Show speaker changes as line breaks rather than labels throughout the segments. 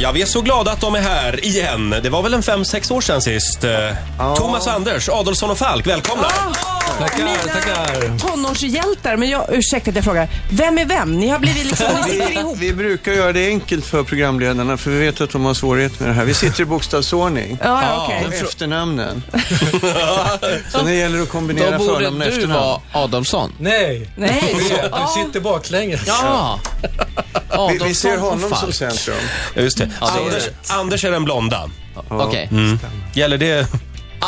Ja, vi är så glada att de är här igen. Det var väl en fem, sex år sedan sist. Eh, Thomas och Anders, Adolfsson och Falk, välkomna.
Mina
Tackar, tackar.
tonårshjältar, men jag, ursäkta att jag frågar. Vem är vem? Ni har blivit liksom, ni sitter ihop.
Vi brukar göra det enkelt för programledarna för vi vet att de har svårighet med det här. Vi sitter i bokstavsordning.
Ja, ja, okej.
Och efternamnen. Så det gäller att kombinera
Då borde
förnamn och
du
efternamn.
vara Adolfsson.
Nej,
Nej.
du sitter baklänges.
Ja.
Vi, vi ser honom som
sen.
centrum.
Ja, Just det.
det är
Anders, Anders är den blonda.
Okej.
Gäller det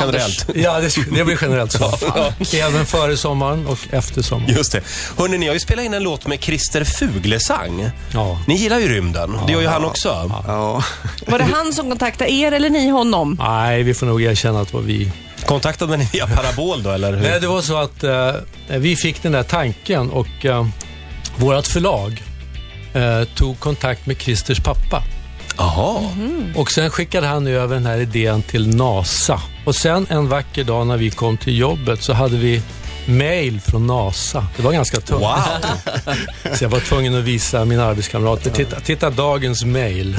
generellt?
Ja, det, det blir generellt så. Även före sommaren och efter sommaren.
Just det. Hörrni, ni har ju spelat in en låt med Christer Fuglesang.
Ja.
Ni gillar ju rymden. Det gör ju han också.
Ja.
Var det han som kontaktade er eller ni honom?
Nej, vi får nog erkänna att det var vi.
Kontaktade ni via Parabol då, eller?
Nej,
Hur?
det var så att eh, vi fick den där tanken och eh, vårt förlag eh, tog kontakt med Christers pappa.
Jaha.
Och sen skickade han över den här idén till NASA. Och sen en vacker dag när vi kom till jobbet så hade vi mail från NASA. Det var ganska tungt.
Wow.
Så jag var tvungen att visa mina arbetskamrater. Titta, titta dagens mail.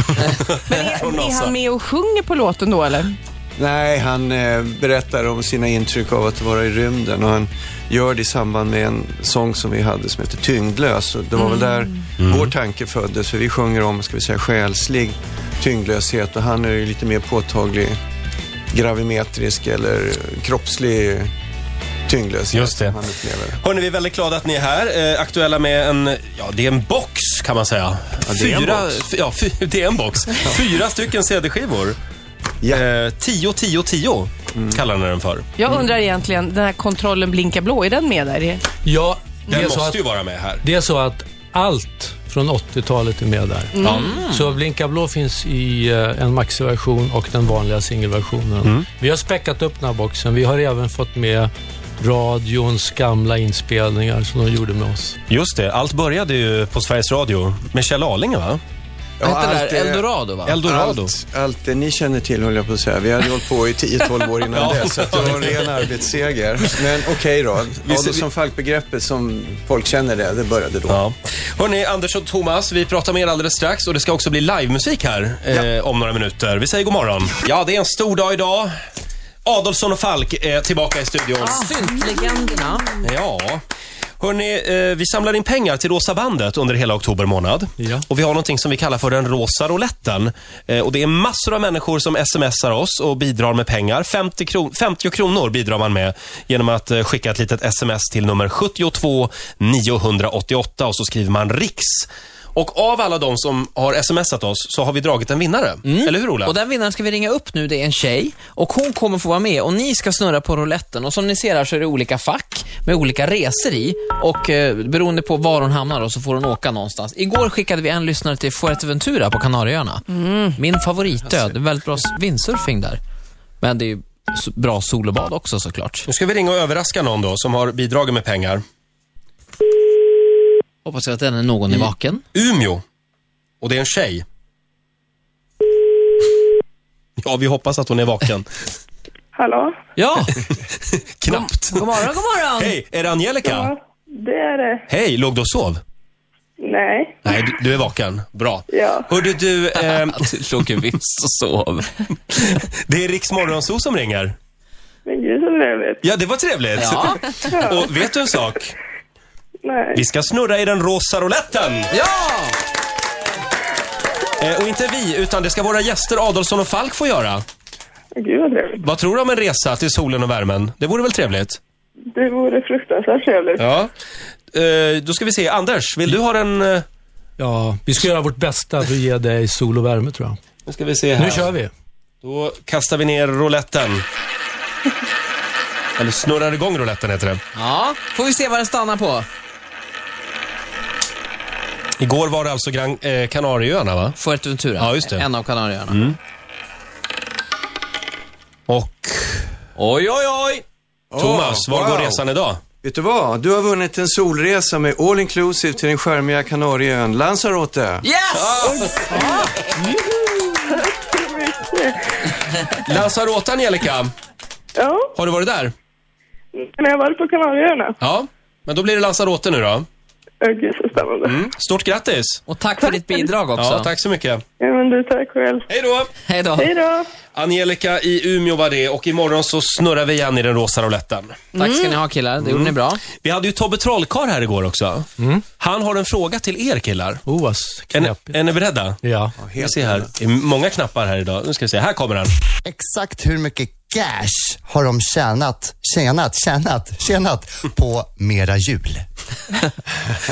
Men är,
Från
är
NASA.
han med och sjunger på låten då eller?
Nej, han eh, berättar om sina intryck av att vara i rymden och han gör det i samband med en sång som vi hade som heter Tyngdlös. Och det var väl där
Mm.
vår tanke föddes, för vi sjunger om, ska vi säga, själslig tyngdlöshet och han är ju lite mer påtaglig gravimetrisk eller kroppslig tyngdlöshet
Just det.
som han upplever.
Hörni, vi är väldigt glada att ni är här. Eh, aktuella med en, ja det är en box kan man säga.
det är en
fyra,
box.
f- ja, fy, det är en box. Fyra stycken CD-skivor.
Ja.
Eh, 10, 10, 10 kallar ni den för.
Jag undrar egentligen, den här kontrollen blinkar blå, är den med där?
Ja, det
Den
är, så
måste
att,
ju vara med här.
det är så att allt från 80-talet är med där.
Mm.
Så Blinka blå finns i eh, en maxversion och den vanliga singelversionen. Vi har späckat upp den här boxen. Vi har även fått med radions gamla inspelningar som de gjorde med oss.
Just det, allt började ju på Sveriges Radio med Kjell Arlinge va?
Ja,
Vad hette det
allt
där?
är-
Eldorado, va?
Eldorado.
Allt, allt det ni känner till höll jag på att säga. Vi hade hållit på i 10-12 år innan
Ja.
dess, så att det var en ren arbetsseger. Men okej då.
Vi ser-
Adolfsson Falk-begreppet som folk känner det, det började då.
Ja. Hörni, Anders och Thomas, vi pratar med er alldeles strax och det ska också bli livemusik här eh, om några minuter. Vi säger god morgon. Ja, det är en stor dag idag. Adolfsson och Falk är tillbaka i studion.
Syntlegenderna.
Ja. Hörni, eh, vi samlar in pengar till Rosa bandet under hela oktober månad.
Ja.
Och vi har någonting som vi kallar för den rosa rouletten. Eh, och det är massor av människor som smsar oss och bidrar med pengar. 50, kron 50 kronor bidrar man med genom att eh, skicka ett litet sms till nummer 72 988 och så skriver man riks. Och av alla de som har smsat oss så har vi dragit en vinnare. Eller hur Ola?
Och den vinnaren ska vi ringa upp nu, det är en tjej. Och hon kommer få vara med och ni ska snurra på rouletten. Och som ni ser här så är det olika fack med olika resor i. Och eh, beroende på var hon hamnar då, så får hon åka någonstans. Igår skickade vi en lyssnare till Fuerteventura på Kanarieöarna. Min favoritö. Det är väldigt bra s- vindsurfing där. Men det är ju s- bra sol och bad också såklart.
Nu ska vi ringa och överraska någon då som har bidragit med pengar.
Hoppas att den är någon är vaken.
Umeå. Och det är en tjej. Ja, vi hoppas att hon är vaken.
Hallå?
Ja,
Knappt.
God morgon, god morgon.
Hej, är det Angelica?
Ja, det är det.
Hej, låg du och sov?
Nej.
Nej, du, du är vaken. Bra.
Ja.
Hörde du, ehm,
du låg ju visst och sov.
det är Riks Morgonzoo som ringer.
Men gud så trevligt.
Ja, det var trevligt.
Ja.
Och vet du en sak?
Nej.
Vi ska snurra i den rosa rouletten.
Ja!
Eh, och inte vi, utan det ska våra gäster Adolfsson och Falk få göra.
Men Gud vad trevligt.
Vad tror du om en resa till solen och värmen? Det vore väl trevligt?
Det vore fruktansvärt trevligt.
Ja. Eh, då ska vi se. Anders, vill du ha den... eh,
Ja, vi ska göra vårt bästa för att ge dig sol och värme tror jag.
Nu ska vi se
Nu kör vi.
Då kastar vi ner rouletten. Eller snurrar igång rouletten heter det.
Ja, får vi se vad den stannar på.
Igår var det alltså Gran, eh, Kanarieöarna va?
Fuerteventura.
Ja, just det. Mm.
En av Kanarieöarna.
Och Oh,
Oj, oj, oj!
Thomas, var går
wow.
resan idag?
Vet du vad? Du har vunnit en solresa med all inclusive till den charmiga Kanarieön Lanzarote.
Yes!
Lanzarote, Angelica.
Ja,
Har du varit där?
men jag har varit på Kanarieöarna.
Ja. Men då blir det Lanzarote nu då.
Åh, gud så spännande.
Stort grattis!
Och tack för ditt bidrag också.
Ja, tack så mycket.
Ja, men du, tack själv.
Hej då!
Hej då.
Hej då!
Angelica i Umeå var det och imorgon så snurrar vi igen i den rosa rouletten.
Tack ska ni ha killar, det gjorde
Mm.
ni bra.
Vi hade ju Tobbe Trollkarl här igår också.
Mm.
Han har en fråga till er killar.
Oh, vad
Är, ni-
knepigt.
är ni beredda?
Ja.
Vi ser här. Det är många knappar här idag. Nu ska vi se. Här kommer han.
Exakt hur mycket cash har de tjänat, tjänat, tjänat, tjänat på mera jul?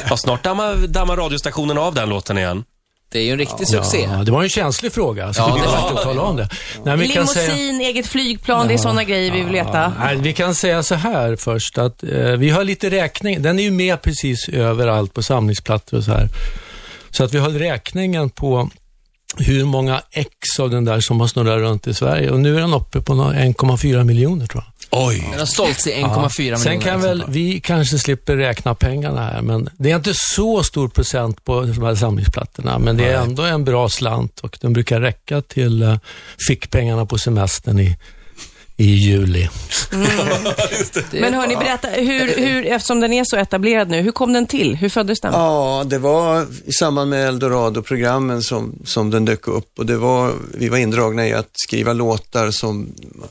Ja, snart dammar, dammar radiostationen av den låten igen.
Det är ju en riktig succé.
Ja, det var en känslig fråga. Skulle
Ja,
vi
det var
faktiskt
det.
tala om det. Nej, vi kan
Limousin,
säga-
eget flygplan, det är sådana grejer vi vill veta.
Nej, vi kan säga så här först att eh, vi har lite räkning. Den är ju med precis överallt på samlingsplattor och så här. Så att vi höll räkningen på hur många ex av den där som har snurrat runt i Sverige och nu är den uppe på nå- 1,4 miljoner tror jag.
Oj.
Den har sålts i 1,4 miljoner. liksom.
Sen kan väl vi kanske slipper räkna pengarna här, men det är inte så stor procent på de här samlingsplattorna, men det är ändå en bra slant och den brukar räcka till eh, fickpengarna på semestern i, i juli.
Det-
Men hörni, berätta, hur, hur, eftersom den är så etablerad nu, hur kom den till? Hur föddes den?
Ja, det var i samband med Eldorado-programmen som, som den dök upp och det var, vi var indragna i att skriva låtar som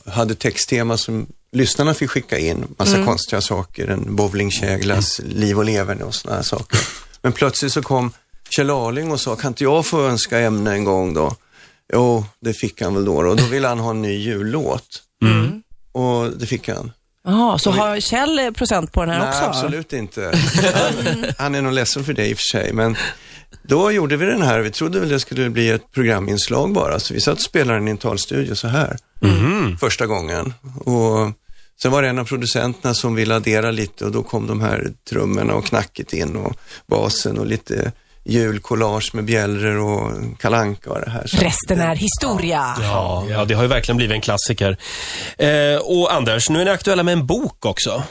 hade texttema som lyssnarna fick skicka in. Massa konstiga saker, en bowlingkäglas, liv och leverne och sådana här saker. Men plötsligt så kom Kjell Arling och sa, kan inte jag få önska ämne en gång då? Jo, det fick han väl då då. och då ville han ha en ny jullåt. Och det fick han.
Jaha, så har Kjell procent på den här
Nej,
också?
absolut inte. Han, han är nog ledsen för det i och för sig, men då gjorde vi den här. Vi trodde väl det skulle bli ett programinslag bara, så vi satt och spelade den i en talstudio så här första gången. Och sen var det en av producenterna som ville addera lite och då kom de här trummorna och knacket in och basen och lite julkollage med bjällror och kalanka och det här. Så
Resten är historia.
Ja, ja, det har ju verkligen blivit en klassiker. Eh, och Anders, nu är ni aktuella med en bok också.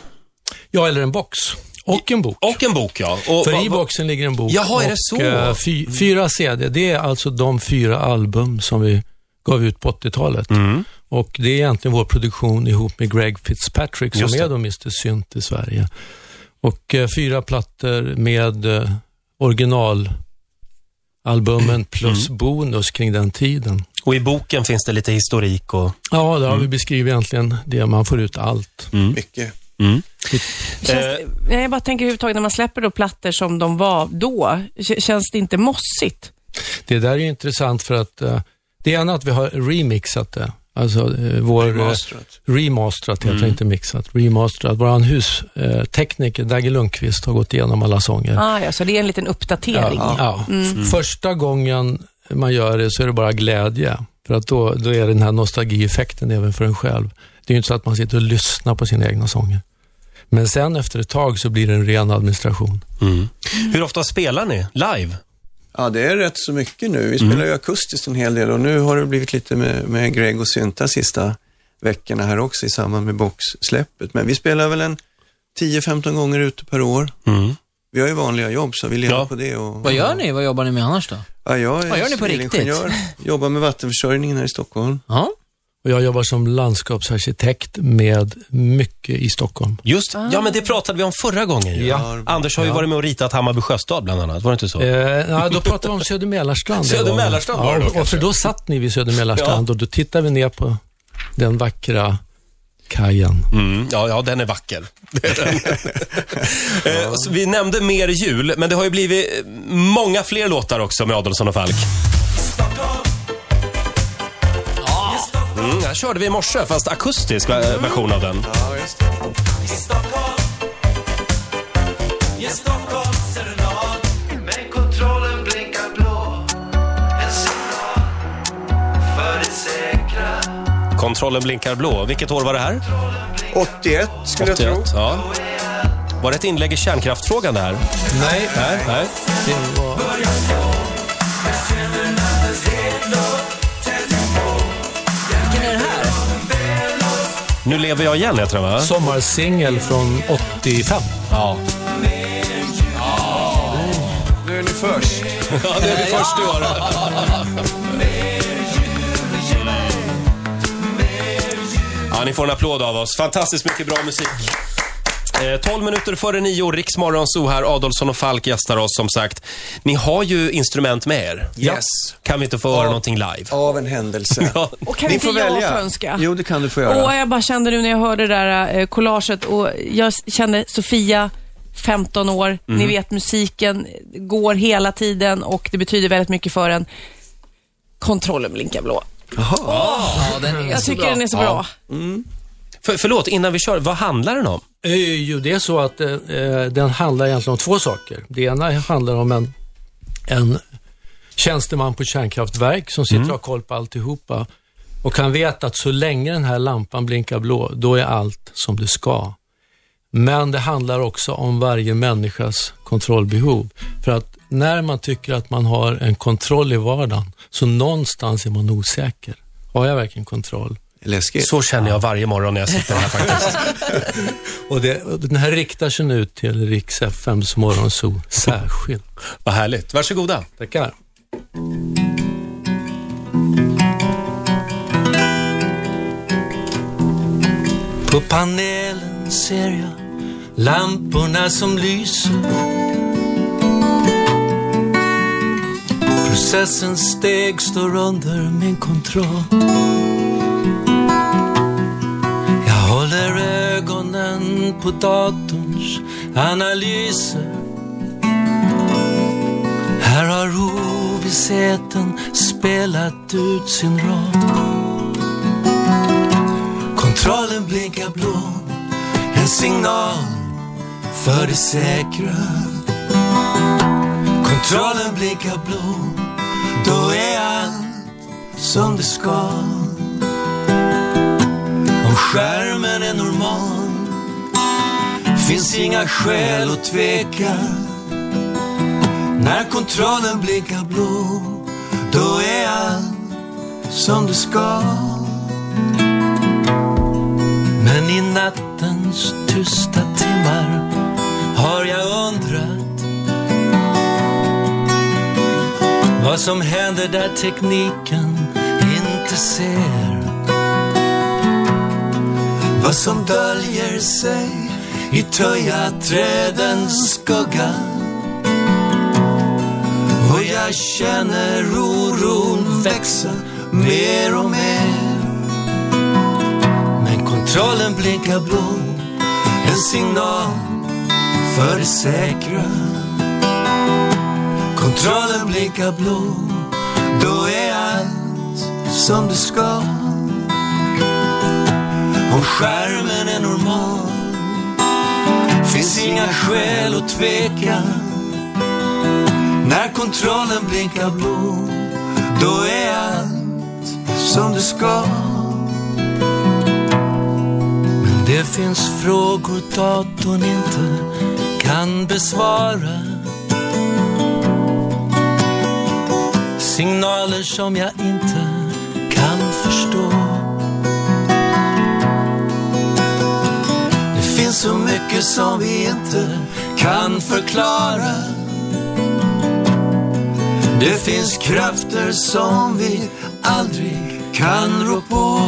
Ja, eller en box. Och en bok.
Och en bok, ja. Och,
För
vad-
i
vad-
boxen ligger en bok.
Jaha, är det
och,
så?
eh, Fy, fyra CD. Det är alltså de fyra album som vi gav ut på 80-talet.
Mm.
Och det är egentligen vår produktion ihop med Greg Fitzpatrick som
Just det.
är då Mr Synt i Sverige. Och eh, fyra plattor med eh, originalalbumen
Mm.
plus bonus kring den tiden.
och i boken finns det lite historik och...
Ja, där har vi
Mm.
beskrivit egentligen det. Man får ut allt.
mycket.
Känns,
eh,
nej, jag bara tänker överhuvudtaget när man släpper då plattor som de var då, k- känns det inte mossigt?
Det där är ju intressant för att eh, det ena att vi har remixat det. Alltså eh, vår... eh,
Remasterat.
Remasterat heter det, inte mixat. Remasterat. Vår hustekniker Dagge Lundqvist har gått igenom alla sånger.
Ah, ja, så det är en liten uppdatering.
Ja. Ja. F- Första gången man gör det så är det bara glädje. För att då, då är det den här nostalgieffekten även för en själv. Det är ju inte så att man sitter och lyssnar på sina egna sånger. Men sen efter ett tag så blir det en ren administration.
Hur ofta spelar ni live?
Ja, det är rätt så mycket nu. Vi spelar
Mm.
ju akustiskt en hel del och nu har det blivit lite med, med Greg och Synta sista veckorna här också i samband med boxsläppet. Men vi spelar väl en 10-15 gånger ute per år. Vi har ju vanliga jobb så vi lever
Ja.
på det. Och,
Mm. Vad gör ni? Vad jobbar ni med annars då?
Ja, jag är
Vad gör ni på
civilingenjör. Jobbar med vattenförsörjningen här i Stockholm.
Ja.
Och jag jobbar som landskapsarkitekt med mycket i Stockholm.
Just Ja, men det pratade vi om förra gången ju.
Ja.
Anders har ju varit med och ritat Hammarby sjöstad bland annat, var det inte så?
Eh, ja, då pratade vi om Söder Mälarstrand.
Söder Mälarstrand var det då,
ja, och
kanske.
för då satt ni vid Söder Mälarstrand och då tittade vi ner på den vackra kajen.
Mm, ja, ja, den är vacker. Det är den. Eh, så vi nämnde mer jul, men det har ju blivit eh, många fler låtar också med Adolfsson och Falk. Mm, här körde vi i morse, fast akustisk va- eh, version av den.
Men kontrollen blinkar blå En signal för det säkra
Kontrollen blinkar blå. Vilket år var det här?
81 skulle jag tro.
Ja. Var det ett inlägg i kärnkraftfrågan det här?
Nej,
Nej. Nej.
det var...
Vilken är det här?
Nu lever jag igen heter den va?
sommarsingel från 85.
Ja.
Nu är ni först.
Ja, det är vi först i år. Ja, ni får en applåd av oss. Fantastiskt mycket bra musik. Eh, 12 minuter före nio, Riksmorgon så här, Adolfsson och Falk gästar oss som sagt. Ni har ju instrument med er.
Yes.
Kan vi inte få höra någonting live?
Av en händelse.
Ja.
Och kan
Ni
inte
får
jag
välja.
få önska?
Jo, det kan du få göra.
Åh, jag bara kände nu när jag hörde det där eh, collaget och jag s- kände Sofia, 15 år, ni vet musiken går hela tiden och det betyder väldigt mycket för en. Kontrollen blinkar blå.
Ja, den är
Jag
så
tycker
bra.
den är så
Ja.
bra.
För, förlåt, innan vi kör, vad handlar den om?
Eh, Jo, det är så att eh, eh, den handlar egentligen om två saker. Det ena handlar om en, en tjänsteman på ett kärnkraftverk som sitter och har koll på alltihopa. Och han vet att så länge den här lampan blinkar blå, då är allt som det ska. Men det handlar också om varje människas kontrollbehov. För att när man tycker att man har en kontroll i vardagen, så någonstans är man osäker. Har jag verkligen kontroll?
Läskigt.
Så känner jag varje morgon när jag sitter här faktiskt.
Och det, och den här riktar sig nu till Riks FMs morgonzoo särskilt.
vad härligt. Varsågoda.
Tackar. På panelen ser jag lamporna som lyser. Processens steg står under min kontroll. Jag håller ögonen på datorns analyser. Här har ovissheten spelat ut sin roll. Kontrollen blinkar blå, en signal för det säkra. Kontrollen blinkar blå, då är allt som det ska. Om skärmen är normal, finns inga skäl att tveka. När kontrollen blinkar blå, då är allt som det ska. Men i nattens tysta timmar har jag undrat vad som händer där tekniken inte ser. Vad som döljer sig i töja-trädens skugga. Och jag känner oron växa mer och mer Men kontrollen blinkar blå En signal för det säkra Kontrollen blinkar blå Då är allt som det ska Om skärmen är normal Finns inga skäl att tveka när kontrollen blinkar blå, då är allt som det ska. Men det finns frågor datorn inte kan besvara. Signaler som jag inte kan förstå. Det finns så mycket som vi inte kan förklara. Det finns krafter som vi aldrig kan rå på.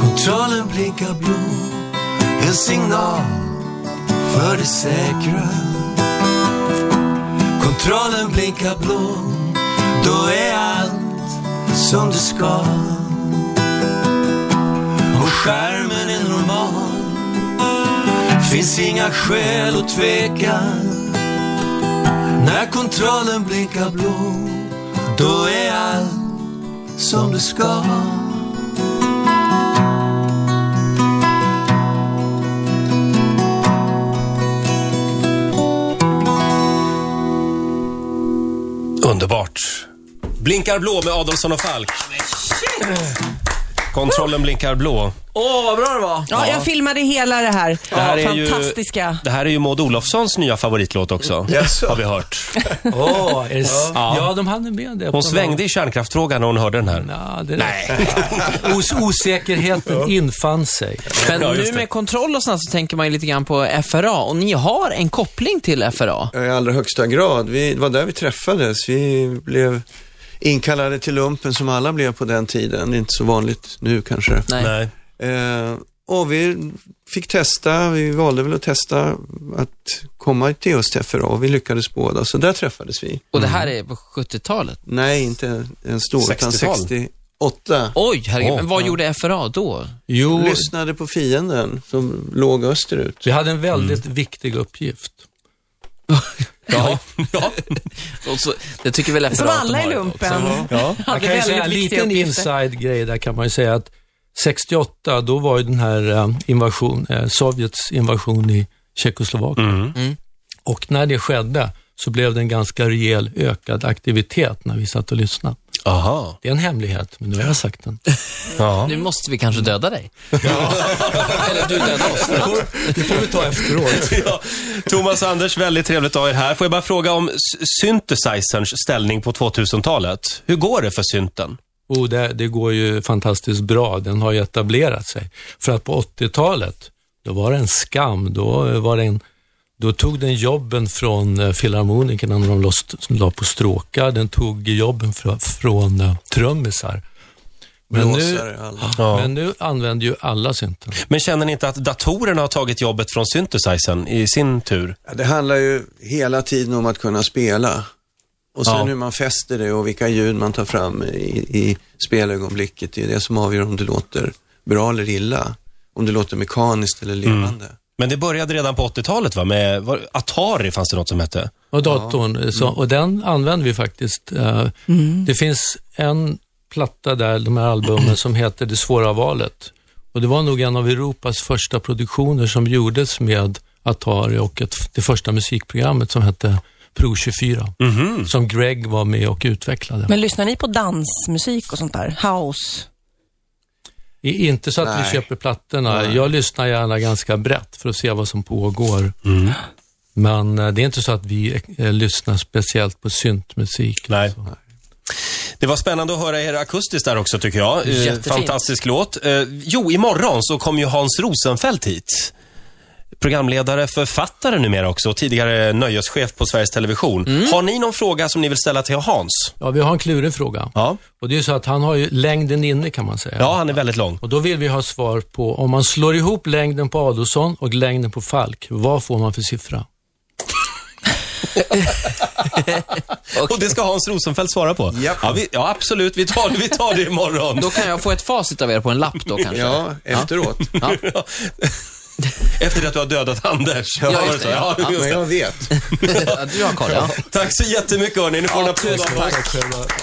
Kontrollen blinkar blå, en signal för det säkra. Kontrollen blinkar blå, då är allt som det ska. Om skärmen är normal, finns inga skäl att tveka. När kontrollen blinkar blå, då är allt som det ska.
Underbart. Blinkar blå med Adolfsson och Falk. Kontrollen blinkar blå.
Åh, vad bra det var!
Ja, jag filmade hela det här.
Det här, är ju,
Fantastiska.
det här är ju Maud Olofssons nya favoritlåt också,
Jaså?
har vi hört.
Åh, är det s- ja, de hade med det.
Hon svängde i kärnkraftfrågan när hon hörde den här.
Ja, det Nej. Os osäkerheten infann sig.
Men
Ja, just
nu
det.
med kontroll och sånt så tänker man ju lite grann på FRA och ni har en koppling till FRA.
eh, I allra högsta grad. Vi, det var där vi träffades. Vi blev inkallade till lumpen som alla blev på den tiden. Det är inte så vanligt nu kanske.
Nej.
Nej.
Eh, och vi fick testa, vi valde väl att testa att komma till just FRA och vi lyckades båda. Så där träffades vi.
Och det här
Mm.
är på 70-talet.
Nej, inte ens då, utan
60-tal.
68.
Oj, herregud.
Åh.
men vad gjorde FRA då?
Jo,
Lyssnade på fienden som låg österut.
vi hade en väldigt viktig uppgift.
Ja. ja. och så, det tycker väl FRA
Som
att de
alla i
har
lumpen.
också.
Ja.
Jag kan ju säga en liten inside-grej där kan man ju säga att 68, då var ju den här eh, invasion, eh, Sovjets invasion i Tjeckoslovakien. Och när det skedde så blev det en ganska rejäl ökad aktivitet när vi satt och lyssnade.
Aha.
Det är en hemlighet, men nu har jag sagt den.
Ja.
Nu måste vi kanske döda dig. Eller du dödar oss.
Det får vi ta efteråt.
Ja. Thomas och Anders, väldigt trevligt att ha er här. Får jag bara fråga om s- synthesizerns ställning på 2000-talet. Hur går det för synten?
Oh, det, det går ju fantastiskt bra. Den har ju etablerat sig. För att på 80-talet, då var det en skam. Då, var det en, då tog den jobben från eh, filharmonikerna när de lost, som la på stråkar. Den tog jobben fra, från eh, trummisar. Men nu,
Blåsare, alla.
men nu använder ju alla synten.
Men känner ni inte att datorerna har tagit jobbet från synthesizern i sin tur?
Ja, det handlar ju hela tiden om att kunna spela. Och sen
Ja.
hur man fäster det och vilka ljud man tar fram i, i spelögonblicket. Det är det som avgör om det låter bra eller illa. Om det låter mekaniskt eller levande.
Men det började redan på 80-talet va? Med var, Atari fanns det något som hette.
Och datorn, så, och den använder vi faktiskt. Eh, Det finns en platta där, de här albumen, som heter Det svåra valet. Och det var nog en av Europas första produktioner som gjordes med Atari och ett, det första musikprogrammet som hette Pro 24, som Greg var med och utvecklade.
Men lyssnar ni på dansmusik och sånt där? House?
I- Inte så att vi
Nej.
köper plattorna. Jag lyssnar gärna ganska brett för att se vad som pågår. Men eh, det är inte så att vi eh, lyssnar speciellt på syntmusik.
Nej. Det var spännande att höra er akustiskt där också tycker jag. Eh,
Jättefint.
Fantastisk låt. Eh, Jo, imorgon så kommer ju Hans Rosenfeldt hit. Programledare, författare numera också och tidigare nöjeschef på Sveriges Television. Har ni någon fråga som ni vill ställa till Hans?
Ja, vi har en klurig fråga.
Ja.
Och det är ju så att han har ju längden inne kan man säga.
Ja, han är väldigt lång.
Och då vill vi ha svar på, om man slår ihop längden på Adolfsson och längden på Falk, vad får man för siffra?
Och det ska Hans Rosenfeldt svara på.
Japp.
Ja, vi, ja absolut. Vi tar, vi tar det imorgon.
Då kan jag få ett facit av er på en lapp då kanske?
Ja, efteråt.
Ja. Efter att du har dödat Anders.
just
Var det så?
det, ja.
just
Men
det.
jag vet.
Ja, du har koll, ja.
Tack så jättemycket hörni. Ni får en applåd av oss.